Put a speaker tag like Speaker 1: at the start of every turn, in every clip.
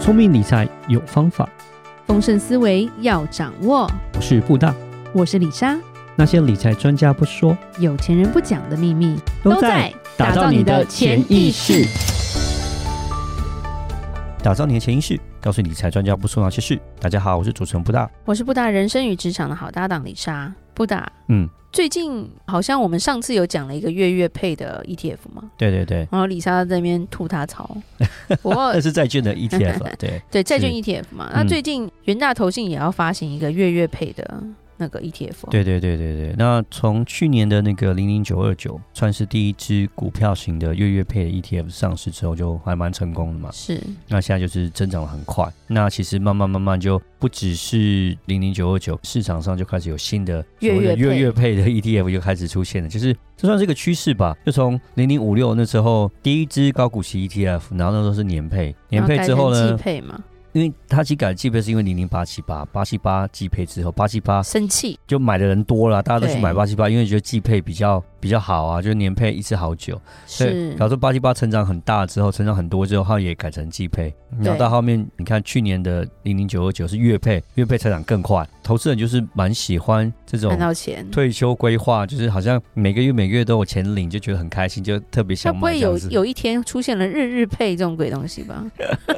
Speaker 1: 聪明理财有方法，
Speaker 2: 丰盛思维要掌握。
Speaker 1: 我是布大。
Speaker 2: 我是李莎，
Speaker 1: 那些理财专家不说，
Speaker 2: 有钱人不讲的秘密
Speaker 1: 打造你的潜意识。，打造你的潜意识，告诉理财专家不说那些事。大家好，我是主持人布大。
Speaker 2: 我是布达人生与职场的好搭档李莎。布达，
Speaker 1: 嗯，
Speaker 2: 最近好像我们上次有讲了一个月月配的 E ETF 嘛，
Speaker 1: 对对对，
Speaker 2: 然后李莎在那边吐 他槽。不过
Speaker 1: 那是债券的 ETF，啊对，
Speaker 2: 对债券
Speaker 1: 是
Speaker 2: ETF 嘛，那
Speaker 1: 嗯
Speaker 2: 最近元大投信也要发行一个月月配的那个 ETF 哦、
Speaker 1: 对对对对对。那从去年的那个零零九二九，算是第一只股票型的月月配的 ETF 上市之后，就还蛮成功的嘛。
Speaker 2: 是
Speaker 1: 那现在就是增长得很快。那其实慢慢慢慢就不只是零零九二九，市场上就开始有新的
Speaker 2: 月
Speaker 1: 所谓的
Speaker 2: 月配
Speaker 1: 月月配的 E ETF 就开始出现了，就是这算是一个趋势吧。就从零零五六那时候第一支高股息 ETF，然后那时候是年配，年配之后
Speaker 2: 然改成
Speaker 1: 呢
Speaker 2: 季，配嘛，
Speaker 1: 因为它其实改季配是因为零零八七八八七八季配之后，八七八
Speaker 2: 生气
Speaker 1: 就买的人多了，大家都去买
Speaker 2: 对
Speaker 1: 八七八，因为觉得季配比较比较好啊，就是年配一次好久。所以
Speaker 2: 是
Speaker 1: 假如说八七八成长很大之后，成长很多之后，它也改成季配，然后到后面你看去年的零零九二九是月配，月配成长更快，投资人就是蛮喜欢这种
Speaker 2: 看到钱。
Speaker 1: 退休规划，就是好像每个月每个月都有钱领，就觉得很开心，就特别
Speaker 2: 该
Speaker 1: 想
Speaker 2: 不
Speaker 1: 买
Speaker 2: 会
Speaker 1: 这样
Speaker 2: 有
Speaker 1: 子。
Speaker 2: 有一天出现了日日配这种鬼东西吧？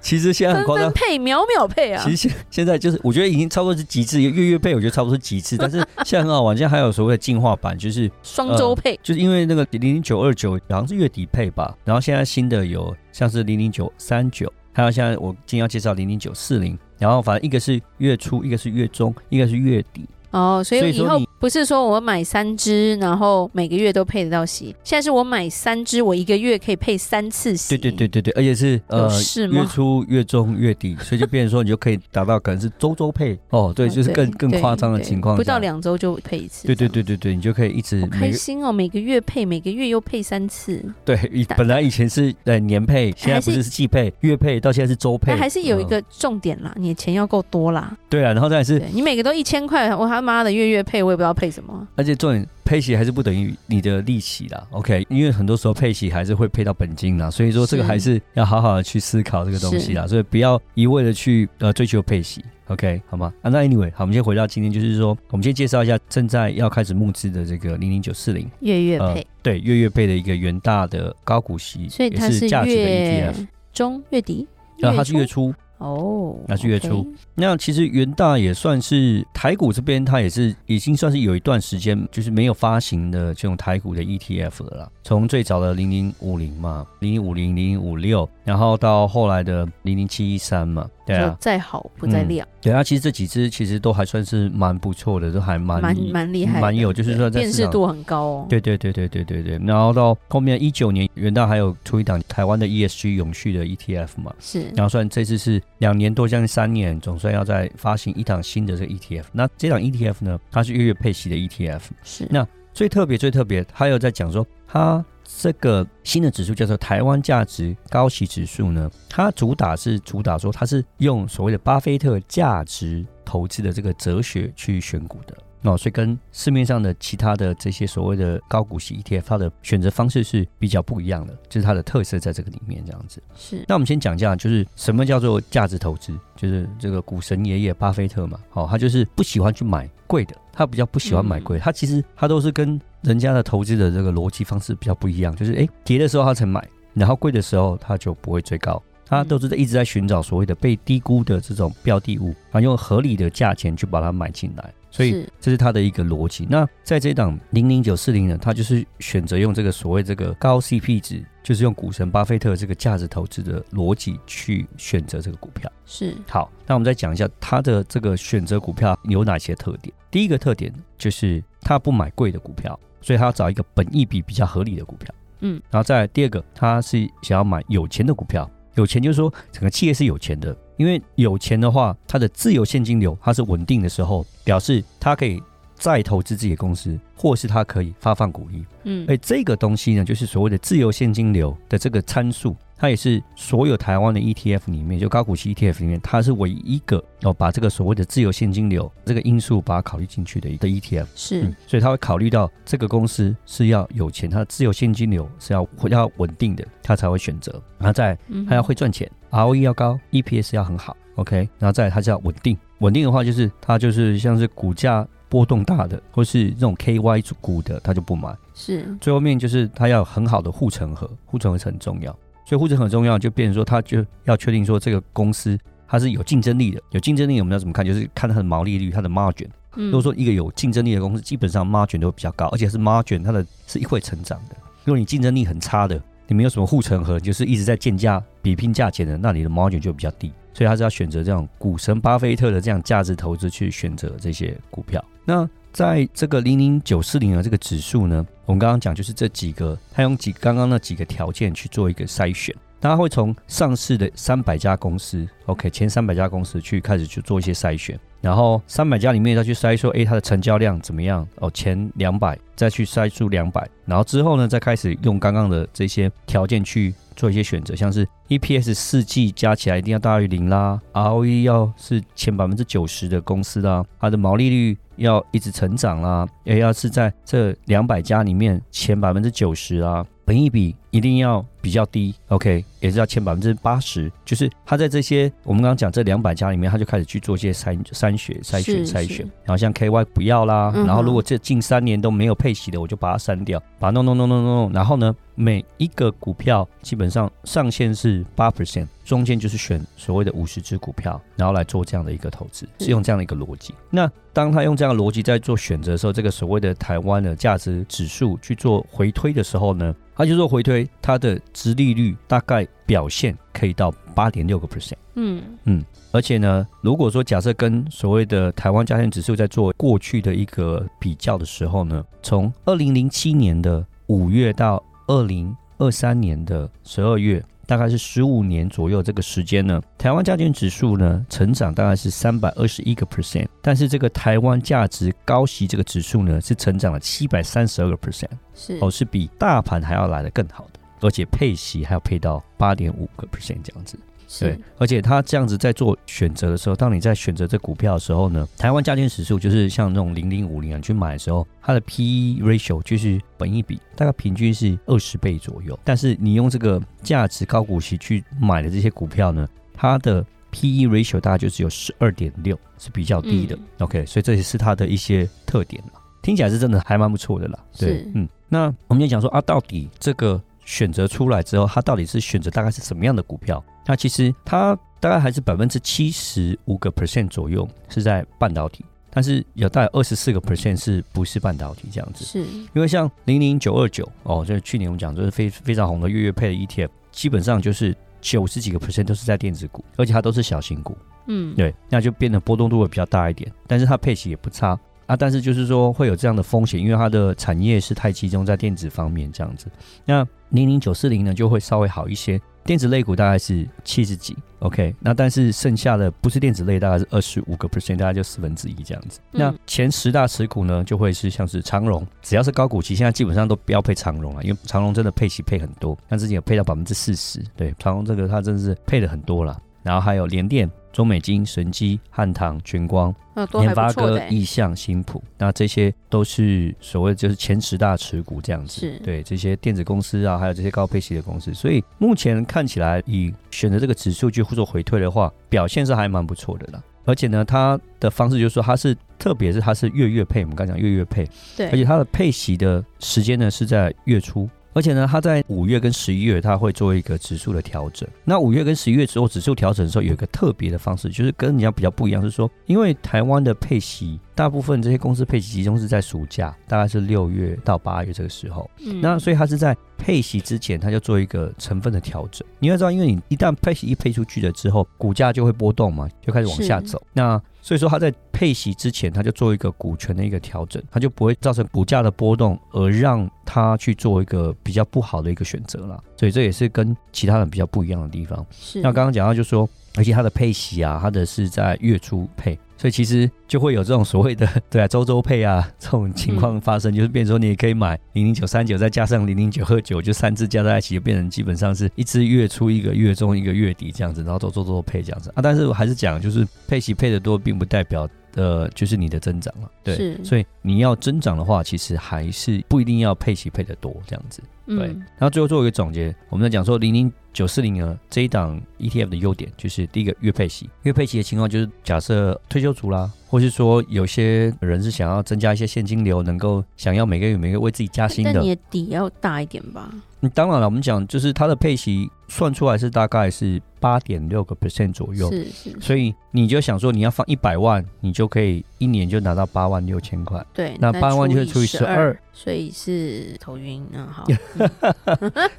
Speaker 1: 其实现在很嗯
Speaker 2: 分
Speaker 1: 夸张
Speaker 2: 分。配、秒秒配啊！
Speaker 1: 其实现现在就是，我觉得已经差不多是极致，月月配我觉得差不多是极致，但是现在很好玩，现在还有所谓的进化版，就是
Speaker 2: 双周配、
Speaker 1: 就是因为那个零零九二九好像是月底配吧，然后现在新的有像是零零九三九，还有现在我今天要介绍零零九四零，然后反正一个是月初，一个是月中，一个是月底，
Speaker 2: 哦，所
Speaker 1: 所
Speaker 2: 以
Speaker 1: 以
Speaker 2: 以
Speaker 1: 说
Speaker 2: 后
Speaker 1: 你
Speaker 2: 不是说我买三只，然后每个月都配得到息，现在是我买三只，我一个月可以配三次息。
Speaker 1: 对对对对对，而且是
Speaker 2: 有
Speaker 1: 呃
Speaker 2: 事吗
Speaker 1: 月初、月中、月底，所以就变成说你就可以达到可能是周周配哦，对，
Speaker 2: 哦，
Speaker 1: 就是更更
Speaker 2: 对
Speaker 1: 夸张的
Speaker 2: 对
Speaker 1: 情况，
Speaker 2: 不到，两周就配一次。
Speaker 1: 对对，对对对，你就可以一直
Speaker 2: 好
Speaker 1: 每
Speaker 2: 开
Speaker 1: 个
Speaker 2: 心哦，每个月配，每个月又配三次，
Speaker 1: 对，以本来以前是呃年配，现在不
Speaker 2: 还
Speaker 1: 是是季配、月配，到现在是周配，
Speaker 2: 但还是有一
Speaker 1: 嗯
Speaker 2: 个重点啦，你的钱要够多啦。
Speaker 1: 对啊，然后再来是
Speaker 2: 对你每个都一千块，我他妈的月月配，我也不知道配什么。
Speaker 1: 而且重点，配息还是不等于你的利息啦。OK，因为很多时候配息还是会配到本金啦，所以说这个
Speaker 2: 是
Speaker 1: 还是要好好的去思考这个东西啦，所以不要一味的去呃追求配息。OK，好吗？啊，那 anyway，好，我们先回到今天，就是说，我们先介绍一下正在要开始募资的这个零零九四零呃
Speaker 2: 月月配，，
Speaker 1: 对，月月配的一个元大的高股息，
Speaker 2: 所以它
Speaker 1: 也是价值的 E
Speaker 2: 月
Speaker 1: ETF，
Speaker 2: 中月底，
Speaker 1: 啊，它是月初，
Speaker 2: 哦，
Speaker 1: 它是月初
Speaker 2: OK
Speaker 1: 那其实元大也算是台股这边，它也是已经算是有一段时间就是没有发行的这种台股的 ETF 了啦。从最早的零零五零嘛，零零五零、零零五六，然后到后来的零零七一三嘛，对
Speaker 2: 就
Speaker 1: 啊，
Speaker 2: 再好不再
Speaker 1: 嗯
Speaker 2: 亮，
Speaker 1: 对啊，其实这几只其实都还算是蛮不错的，都还蛮
Speaker 2: 蛮蛮厉害的，
Speaker 1: 蛮有就是
Speaker 2: 对
Speaker 1: 说在
Speaker 2: 辨
Speaker 1: 市
Speaker 2: 识
Speaker 1: 场
Speaker 2: 度很高哦。
Speaker 1: 对对对对对对对。然后到后面一九年，元大还有出一档台湾的 ESG 永续的 ETF 嘛，
Speaker 2: 是
Speaker 1: 然后算这次是两年多，将近三年，总算要再发行一档新的这个 ETF。那这档 ETF 呢，它是月月配息的 ETF。
Speaker 2: 是，
Speaker 1: 那最特别、最特别，它有在讲说，它这个新的指数叫做台湾价值高息指数呢，它主打是主打说它是用所谓的巴菲特价值投资的这个哲学去选股的。哦，所以跟市面上的其他的这些所谓的高股息 ETF，它的选择方式是比较不一样的，就是它的特色在这个里面这样子。
Speaker 2: 是
Speaker 1: 那我们先讲一下，就是什么叫做价值投资，就是这个股神爷爷巴菲特嘛，哦，他就是不喜欢去买贵的，他比较不喜欢买贵的，他其实他都是跟人家的投资的这个逻辑方式比较不一样，就是诶跌的时候他才买，然后贵的时候他就不会追高。他都是在一直在寻找所谓的被低估的这种标的物，然后用合理的价钱去把它买进来，所以
Speaker 2: 是
Speaker 1: 这是它的一个逻辑。那在这档零零九四零呢，它就是选择用这个所谓这个高 CP 值，就是用股神巴菲特这个价值投资的逻辑去选择这个股票。
Speaker 2: 是
Speaker 1: 好，那我们再讲一下它的这个选择股票有哪些特点。第一个特点就是它不买贵的股票，所以它要找一个本益比比较合理的股票。
Speaker 2: 嗯，
Speaker 1: 然后再来第二个，它是想要买有钱的股票。有钱就是说整个企业是有钱的，因为有钱的话，它的自由现金流它是稳定的时候，表示它可以再投资自己的公司，或是它可以发放股利。
Speaker 2: 嗯
Speaker 1: 哎，这个东西呢，就是所谓的自由现金流的这个参数，它也是所有台湾的 ETF 里面，就高股息 ETF 里面，它是唯一一个哦把这个所谓的自由现金流这个因素把它考虑进去的一个 E ETF。
Speaker 2: 是，
Speaker 1: 嗯所以他会考虑到这个公司是要有钱，它的自由现金流是要要稳定的，他才会选择。然后再来
Speaker 2: 嗯哼
Speaker 1: 它要会赚钱，ROE 要高，EPS 要很好，OK，然后再来它是要稳定，稳定的话就是它就是像是股价波动大的，或是这种 KY 股的，它就不买。
Speaker 2: 是，
Speaker 1: 最后面就是它要有很好的护城河，护城河是很重要，所以护城河很重要，就变成说它就要确定说这个公司它是有竞争力的，有竞争力我们要怎么看？就是看它的毛利率、它的 margin。
Speaker 2: 嗯
Speaker 1: 如果说一个有竞争力的公司，基本上 margin 都比较高，而且是 margin 它的是会成长的。如果你竞争力很差的，你没有什么护城河，你就是一直在贱价比拼价钱的，那你的 margin 就比较低。所以他是要选择这样股神巴菲特的这样价值投资去选择这些股票。那在这个零零九四零的这个指数呢，我们刚刚讲就是这几个，他用几刚刚那几个条件去做一个筛选。大家会从上市的三百家公司，OK，前三百家公司去开始去做一些筛选，然后三百家里面再去筛说，诶，它的成交量怎么样？哦，前两百再去筛出两百，然后之后呢，再开始用刚刚的这些条件去做一些选择，像是 EPS 四季加起来一定要大于零啦，ROE 要是前百分之九十的公司啦，它的毛利率要一直成长啦，也要是在这两百家里面前百分之九十啦，本益比一定要比较低，OK，也是要前百分之八十，就是它在这些我们刚刚讲这两百家里面，它就开始去做一些筛筛选、筛选、
Speaker 2: 是
Speaker 1: 筛
Speaker 2: 是
Speaker 1: 选，然后像 KY 不要啦，
Speaker 2: 嗯哼
Speaker 1: 然后如果这近三年都没有配息的，我就把它删掉，把它弄弄弄弄弄弄。然后呢，每一个股票基本上上限是八 percent，中间就是选所谓的五十只股票，然后来做这样的一个投资，
Speaker 2: 是
Speaker 1: 是用这样的一个逻辑。那当他用这样的逻辑在做选择的时候，这个所谓的台湾的价值指数去做回推的时候呢，他就做回推，它的殖利率大概表现可以到八点六个 percent。
Speaker 2: 嗯
Speaker 1: 而且呢，如果说假设跟所谓的台湾家庭指数在做过去的一个比较的时候呢，从二零零七年的五月到二零二三年的十二月，大概是十五年左右这个时间呢，台湾家庭指数呢成长大概是三百二十一个 percent，但是这个台湾价值高息这个指数呢是成长了七百三十二个 percent。
Speaker 2: 是，
Speaker 1: 哦，是比大盘还要来的更好的，而且配息还要配到八点五个 percent 这样子。对
Speaker 2: 是，，
Speaker 1: 而且他这样子在做选择的时候，当你在选择这股票的时候呢，台湾加权指数就是像那种零零五零啊，你去买的时候，它的 P/E ratio 就是本益比，大概平均是二十倍左右。但是你用这个价值高股息去买的这些股票呢，它的 P/E ratio 大概就只有十二点六，是比较低的。
Speaker 2: 嗯
Speaker 1: OK，所以这也是它的一些特点啊啦听起来是真的还蛮不错的啦。对
Speaker 2: 是，
Speaker 1: 嗯，那我们就讲说啊，到底这个选择出来之后，它到底是选择大概是什么样的股票？那其实它大概还是百分之七十五个 percent 左右是在半导体，但是有大概二十四个 percent 是不是半导体这样子？
Speaker 2: 是，
Speaker 1: 因为像零零九二九哦，就是去年我们讲就是非非常红的月月配的 ETF，基本上就是九十几个 percent 都是在电子股，而且它都是小型股。
Speaker 2: 嗯，
Speaker 1: 对，那就变得波动度会比较大一点，但是它配息也不差啊。但是就是说会有这样的风险，因为它的产业是太集中在电子方面这样子。那零零九四零呢就会稍微好一些，电子类股大概是七十几，OK。那但是剩下的不是电子类，大概是二十五个 percent，大概就四分之一这样子。那
Speaker 2: 嗯
Speaker 1: 前十大持股呢就会是像是长荣，只要是高股息，现在基本上都标配长荣了，因为长荣真的配息配很多，那之前有配到百分之四十，对，长荣这个它真的是配的很多了。然后还有联电、中美金、神机、汉唐、全光、
Speaker 2: 那哦都
Speaker 1: 联
Speaker 2: 还
Speaker 1: 发
Speaker 2: 不错
Speaker 1: 科
Speaker 2: 的、、欸，
Speaker 1: 意向、新普，那这些都是所谓就是前十大持股这样子
Speaker 2: 是。
Speaker 1: 对这些电子公司啊，还有这些高配息的公司，所以目前看起来以选择这个指数去做回退的话，表现是还蛮不错的啦。而且呢，它的方式就是说，它是特别是它是月月配，我们刚讲月月配，而且
Speaker 2: 对，
Speaker 1: 它的配息的时间呢是在月初，而且呢，它在五月跟十一月它会做一个指数的调整。那五月跟十一月之后指数调整的时候，有一个特别的方式，就是跟人家比较不一样，是说，因为台湾的配息，大部分这些公司配息集中是在暑假，大概是六月到八月这个时候。
Speaker 2: 嗯
Speaker 1: 那所以它是在配息之前，它就做一个成分的调整。你要知道，因为你一旦配息一配出去了之后，股价就会波动嘛，就开始往下
Speaker 2: 是
Speaker 1: 走。那所以说，它在配息之前，它就做一个股权的一个调整，它就不会造成股价的波动，而让它去做一个比较不好的一个选择啦。所以这也是跟其他人比较不一样的地方。
Speaker 2: 是
Speaker 1: 那刚刚讲到就说，而且它的配息啊，它的是在月初配，所以其实就会有这种所谓的 对啊周周配啊这种情况发生，就是变成说你也可以买零零九三九，再加上零零九二九，就三只加在一起，就变成基本上是一只月初一个月中一个月底这样子，然后周周周配这样子啊。但是我还是讲，就是配息配的多，并不代表呃就是你的增长嘛，对。
Speaker 2: 是，
Speaker 1: 所以你要增长的话，其实还是不一定要配息配的多这样子。对，
Speaker 2: 嗯，
Speaker 1: 然后最后做一个总结，我们在讲说零零九四零呢这一档 ETF 的优点，就是第一个月配息，月配息的情况就是假设退休族啦，或是说有些人是想要增加一些现金流，能够想要每个月每个月为自己加薪
Speaker 2: 哎但
Speaker 1: 的
Speaker 2: 但，你的底要大一点吧？
Speaker 1: 嗯，当然了，我们讲就是它的配息算出来是大概是八点六个 percent 左右，
Speaker 2: 是是，
Speaker 1: 所以你就想说你要放一百万，你就可以一年就拿到八万六千块。
Speaker 2: 对，
Speaker 1: 那八万就会除以
Speaker 2: 哎以
Speaker 1: 12，
Speaker 2: 所以是头晕。嗯， 好，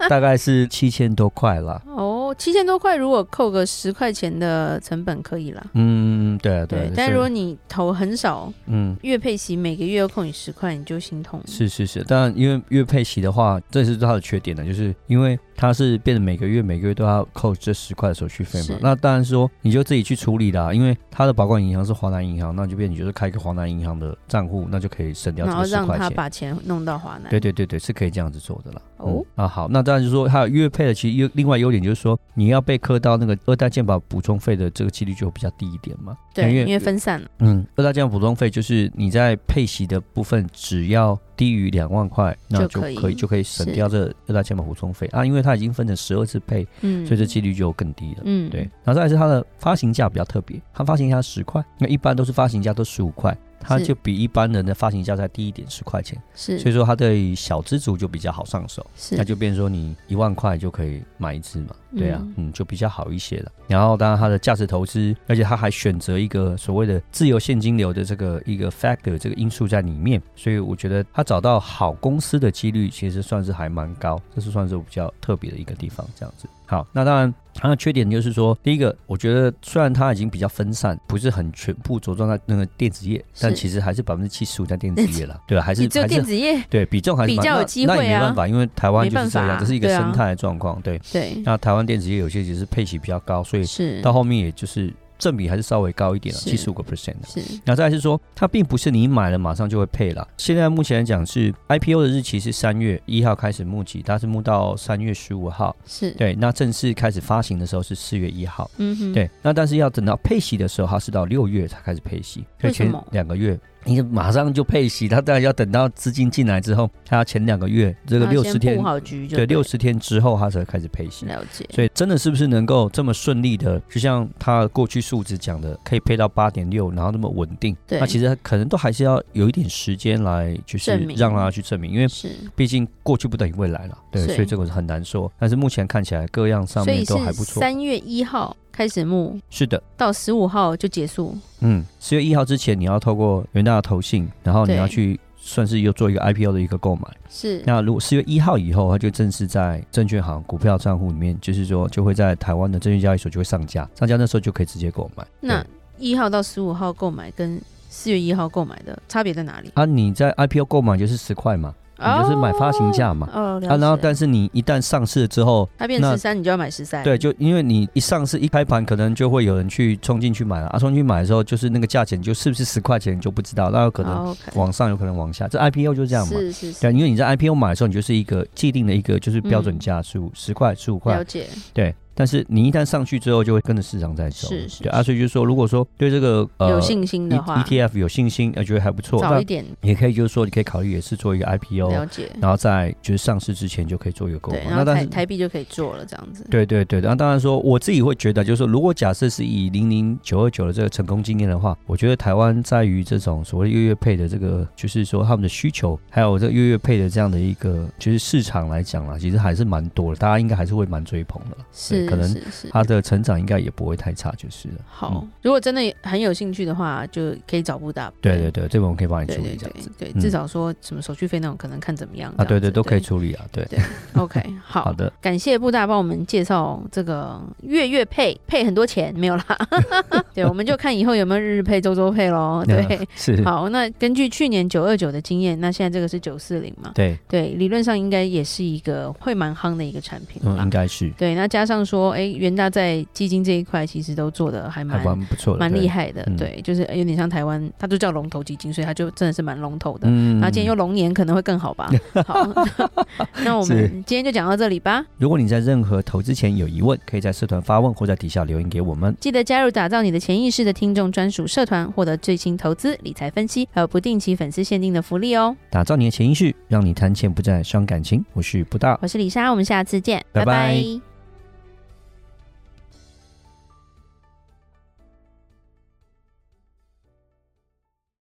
Speaker 1: 大概是七千多块啦。
Speaker 2: 哦，七千多块，如果扣个十块钱的成本可以啦。
Speaker 1: 嗯，对啊，对啊
Speaker 2: 对，
Speaker 1: 所
Speaker 2: 但
Speaker 1: 以
Speaker 2: 如果你投很少，
Speaker 1: 嗯，
Speaker 2: 月配息每个月要扣你十块，你就心痛了。
Speaker 1: 是是是，当然，因为月配息的话，这是它的缺点呢，啊就是因为它是变得每个月每个月都要扣这十块的手续费嘛
Speaker 2: 是。
Speaker 1: 那当然说你就自己去处理啦，因为它的保管银行是华南银行，那就变你就是开一个华南银行的账户，那就可以省掉这
Speaker 2: 然后
Speaker 1: 个十
Speaker 2: 让
Speaker 1: 块
Speaker 2: 他
Speaker 1: 钱。
Speaker 2: 把钱弄到华南。
Speaker 1: 对对对对，是可以这样子做的啦。
Speaker 2: 哦
Speaker 1: 嗯啊好，那当然就是说，还有月配的，其实优另外优点就是说，你要被磕到那个二代健保补充费的这个几率就比较低一点嘛。
Speaker 2: 对，
Speaker 1: 因为
Speaker 2: 因为分散了。
Speaker 1: 嗯，二大酱补充费就是你在配息的部分，只要低于两万块，那就
Speaker 2: 就可以
Speaker 1: 可以就可以省
Speaker 2: 是
Speaker 1: 掉这二大酱补充费啊，因为它已经分成十二次配，
Speaker 2: 嗯，
Speaker 1: 所以这几率就更低了。
Speaker 2: 嗯，
Speaker 1: 对，然后再来是它的发行价比较特别，它发行价十块，那一般都是发行价都十五块，它
Speaker 2: 是
Speaker 1: 就比一般人的发行价再低一点十块钱，
Speaker 2: 是
Speaker 1: 所以说它对小资族就比较好上手。
Speaker 2: 是
Speaker 1: 那就变成说你一万块就可以买一只嘛，
Speaker 2: 嗯
Speaker 1: 对啊，嗯，就比较好一些了。然后当然它的价值投资，而且它还选择一个所谓的自由现金流的这个一个 factor 这个因素在里面，所以我觉得它找到好公司的几率其实算是还蛮高，这是算是比较特别的一个地方，这样子。好，那当然。它的缺点就是说，第一个，我觉得虽然它已经比较分散，不是很全部着重在那个电子业，但
Speaker 2: 是
Speaker 1: 其实还是百分之七十五在电子业了，对啊吧、还是
Speaker 2: 你只有
Speaker 1: 还是
Speaker 2: 电子业
Speaker 1: 对比重还是
Speaker 2: 比
Speaker 1: 蛮
Speaker 2: 较有
Speaker 1: 那
Speaker 2: 机
Speaker 1: 那
Speaker 2: 会
Speaker 1: 也没
Speaker 2: 啊
Speaker 1: 办法，因为台湾
Speaker 2: 没
Speaker 1: 就是
Speaker 2: 办
Speaker 1: 这样，
Speaker 2: 法
Speaker 1: 这是一个
Speaker 2: 对啊
Speaker 1: 生态的状况。对，
Speaker 2: 对
Speaker 1: 那台湾电子业有些其实配息比较高，所以
Speaker 2: 是
Speaker 1: 到后面也就是正比还是稍微高一点了，
Speaker 2: 是
Speaker 1: 七十五个 percent 的。
Speaker 2: 是
Speaker 1: 然后再来是说，它并不是你买了马上就会配了。现在目前来讲是 IPO 的日期是三月一号开始募集，它是募到三月十五号。
Speaker 2: 是，
Speaker 1: 对，那正式开始发行的时候是四月一号。
Speaker 2: 嗯哼，
Speaker 1: 对，那但是要等到配息的时候，它是到六月才开始配息，所以
Speaker 2: 为什
Speaker 1: 前
Speaker 2: 么
Speaker 1: 两个月你马上就配息，它当然要等到资金进来之后，它要前两个月这
Speaker 2: 然
Speaker 1: 个
Speaker 2: 后
Speaker 1: 六
Speaker 2: 先
Speaker 1: 十天
Speaker 2: 布，好局就
Speaker 1: 对，六十天之后它才开始配息。
Speaker 2: 了解，
Speaker 1: 所以真的是不是能够这么顺利的，就像它过去数值讲的，可以配到八点六，然后那么稳定，
Speaker 2: 对
Speaker 1: 那其实可能都还是要有一点时间来，就是
Speaker 2: 证明
Speaker 1: 让它去证明，因为
Speaker 2: 是，
Speaker 1: 毕竟过去不等于未来了，对，
Speaker 2: 是
Speaker 1: 所以这个是很难说。但是目前看起来各样上
Speaker 2: 所以
Speaker 1: 面
Speaker 2: 是
Speaker 1: 都还不错，
Speaker 2: 三月一号开始募，
Speaker 1: 是的。
Speaker 2: 到十五号就结束，
Speaker 1: 嗯，十月一号之前，你要透过元大的投信，然后你
Speaker 2: 对
Speaker 1: 要去算是又做一个 IPO 的一个购买。
Speaker 2: 是
Speaker 1: 那如果四月一号以后，它就正式在证券行股票账户里面，就是说就会在台湾的证券交易所就会上架，上架那时候就可以直接购买。
Speaker 2: 那
Speaker 1: 对
Speaker 2: 一号到十五号购买跟四月一号购买的差别在哪里？
Speaker 1: 啊，你在 IPO 购买就是十块嘛，你就是买发行价嘛。
Speaker 2: 哦，哦了
Speaker 1: 啊，然后
Speaker 2: 解
Speaker 1: 但是你一旦上市了之后，
Speaker 2: 它变
Speaker 1: 那
Speaker 2: 十三，你就要买十三，
Speaker 1: 对，就因为你一上市一开盘，可能就会有人去冲进去买了啊，冲进去买的时候，就是那个价钱就是不是十块钱你就不知道，那有可能
Speaker 2: 哦，OK，
Speaker 1: 往上，有可能往下，这 IPO 就是这样嘛。
Speaker 2: 是是是，
Speaker 1: 对，因为你在 IPO 买的时候，你就是一个既定的一个就是标准价，十五十块、十五
Speaker 2: 嗯了
Speaker 1: 块，
Speaker 2: 解，
Speaker 1: 对。但是你一旦上去之后，就会跟着市场在走。
Speaker 2: 是是
Speaker 1: 对啊，所以就是说，如果说对这个呃
Speaker 2: 有信心
Speaker 1: E
Speaker 2: 的话，
Speaker 1: ETF 有信心，呃，觉得还不错，
Speaker 2: 早
Speaker 1: 那
Speaker 2: 一点
Speaker 1: 也可以就是说，你可以考虑也是做一个 IPO，
Speaker 2: 了解，
Speaker 1: 然后在就是上市之前就可以做一个购
Speaker 2: 对
Speaker 1: 买，。
Speaker 2: 然
Speaker 1: 那
Speaker 2: 后
Speaker 1: 但
Speaker 2: 台
Speaker 1: 是
Speaker 2: 台币就可以做了这样子，
Speaker 1: 对对对，那当然说，我自己会觉得，就是说，如果假设是以零零九二九的这个成功经验的话，我觉得台湾在于这种所谓月月配的这个，就是说他们的需求，还有这个月月配的这样的一个，就是市场来讲啦，其实还是蛮多的，大家应该还是会蛮追捧的啦，
Speaker 2: 是
Speaker 1: 可能
Speaker 2: 是是。
Speaker 1: 它嗯的成长应该也不会太差，就是了。
Speaker 2: 好，如果真的很有兴趣的话，就可以找布达。
Speaker 1: 对对对，这个我们可以帮你
Speaker 2: 对
Speaker 1: 处
Speaker 2: 对
Speaker 1: 理这
Speaker 2: 对
Speaker 1: 样子
Speaker 2: 对，
Speaker 1: 嗯
Speaker 2: 至少说什么手续费那种，可能看怎么样
Speaker 1: 啊，对对，都可以
Speaker 2: 做。
Speaker 1: 处理啊，对，
Speaker 2: OK，
Speaker 1: 好
Speaker 2: 好，
Speaker 1: 的，
Speaker 2: 感谢布大帮我们介绍这个月月配配很多钱没有 啦，对，我们就看以后有没有日日配、周周配喽。哦对，
Speaker 1: 是，
Speaker 2: 好，那根据去年九二九的经验，那现在这个是九四零嘛？
Speaker 1: 对，
Speaker 2: 对，理论上应该也是一个会蛮夯的一个产品
Speaker 1: 嗯，
Speaker 2: 啦。
Speaker 1: 应该是，
Speaker 2: 对，那加上说，哎，元大在基金这一块其实都做的还蛮
Speaker 1: 还蛮不错的，
Speaker 2: 蛮厉
Speaker 1: 对。
Speaker 2: 害的，
Speaker 1: 嗯
Speaker 2: 对，就是有点像台湾，它就叫龙头基金，所以它就真的是蛮龙头的。
Speaker 1: 嗯
Speaker 2: 然后今天又龙年，可能会更好吧。 好， 那我
Speaker 1: 是
Speaker 2: 们今天就讲到这里吧。
Speaker 1: 如果你在任何投资前有疑问，可以在社团发问或在底下留言给我们。
Speaker 2: 记得加入打造你的潜意识的听众专属社团，获得最新投资理财分析，还有不定期粉丝限定的福利哦。
Speaker 1: 打造你的潜意识，让你谈钱不再伤感情。我是不大，
Speaker 2: 我是李莎，我们下次见，
Speaker 1: 拜拜
Speaker 2: 拜拜